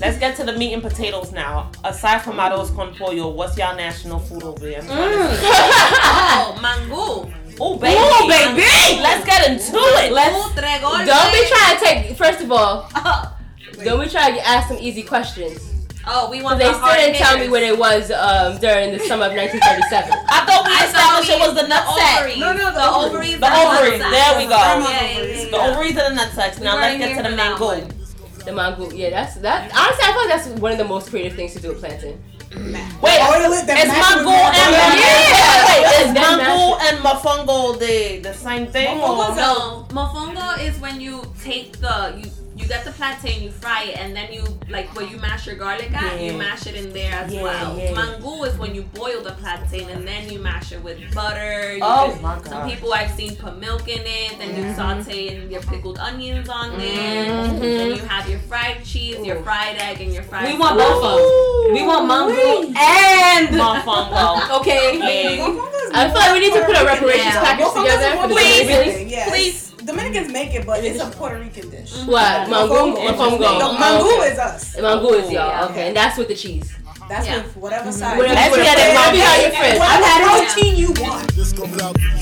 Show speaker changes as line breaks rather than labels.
Let's get to the meat and potatoes now. Aside from arroz con pollo, what's y'all national food over there?
Mm. Oh, mango.
Oh baby,
Ooh, baby!
let's get into it.
Let's-
Putre golpe.
Don't be trying to take. First of all,
Oh,
don't be trying to ask some easy questions.
oh, we want
They
the
still
hard
didn't tell me
hitters.
what it was um, during the summer of 1937.
I thought we
I thought
established it was the nut sack.
ovary.
No, no, the
the ovary.
ovary.
The ovary. There we go.
Yeah, yeah, yeah,
The
yeah.
ovaries and the nut sacks. Now
We
let's
weren't
get
here
to the
for that
mango.
one.
The mango, yeah, that's that. Honestly, I thought that's one of the most creative things to do with planting.
Wait,
Oil it, then
it's
mash it with
mango and
mango.
Yeah.
wait, wait, is
Then mash
mango and mofongo the the same thing?
Oh,
or-
no, mofongo is when you take the you you get the plantain, you fry it, and then you like where you mash your garlic at,
Yeah.
you mash it in there as
Yeah,
well.
yeah.
Mango is when you boil the plantain and then you mash it with butter. You
Oh
could-
my
Some
God.
people I've seen put milk in it, then you saute and your pickled onions on there.
Mhm.
Then you have your fried cheese, your fried egg, and your fried.
We want both of them. We want mango and
mofongo.
Okay.
Yeah.
I feel like we need to put a reparations
Yeah.
package
Mofongo is
together
a
for the
Puerto Rican
Dominicans.
thing, yes.
Please.
Dominicans make it, but it's a Puerto Rican dish.
What? Mm. Mango?
Mofongo.
Mofongo.
No,
Oh,
mango
okay.
is us.
The Mango is y'all.
Yeah.
Okay, and that's with the cheese.
That's
Yeah.
with whatever
Mm-hmm.
side.
Let's
Whatever-
get it,
whatever
Mommy.
how you feel.
Whatever
I've had it.
protein you want.
This comes out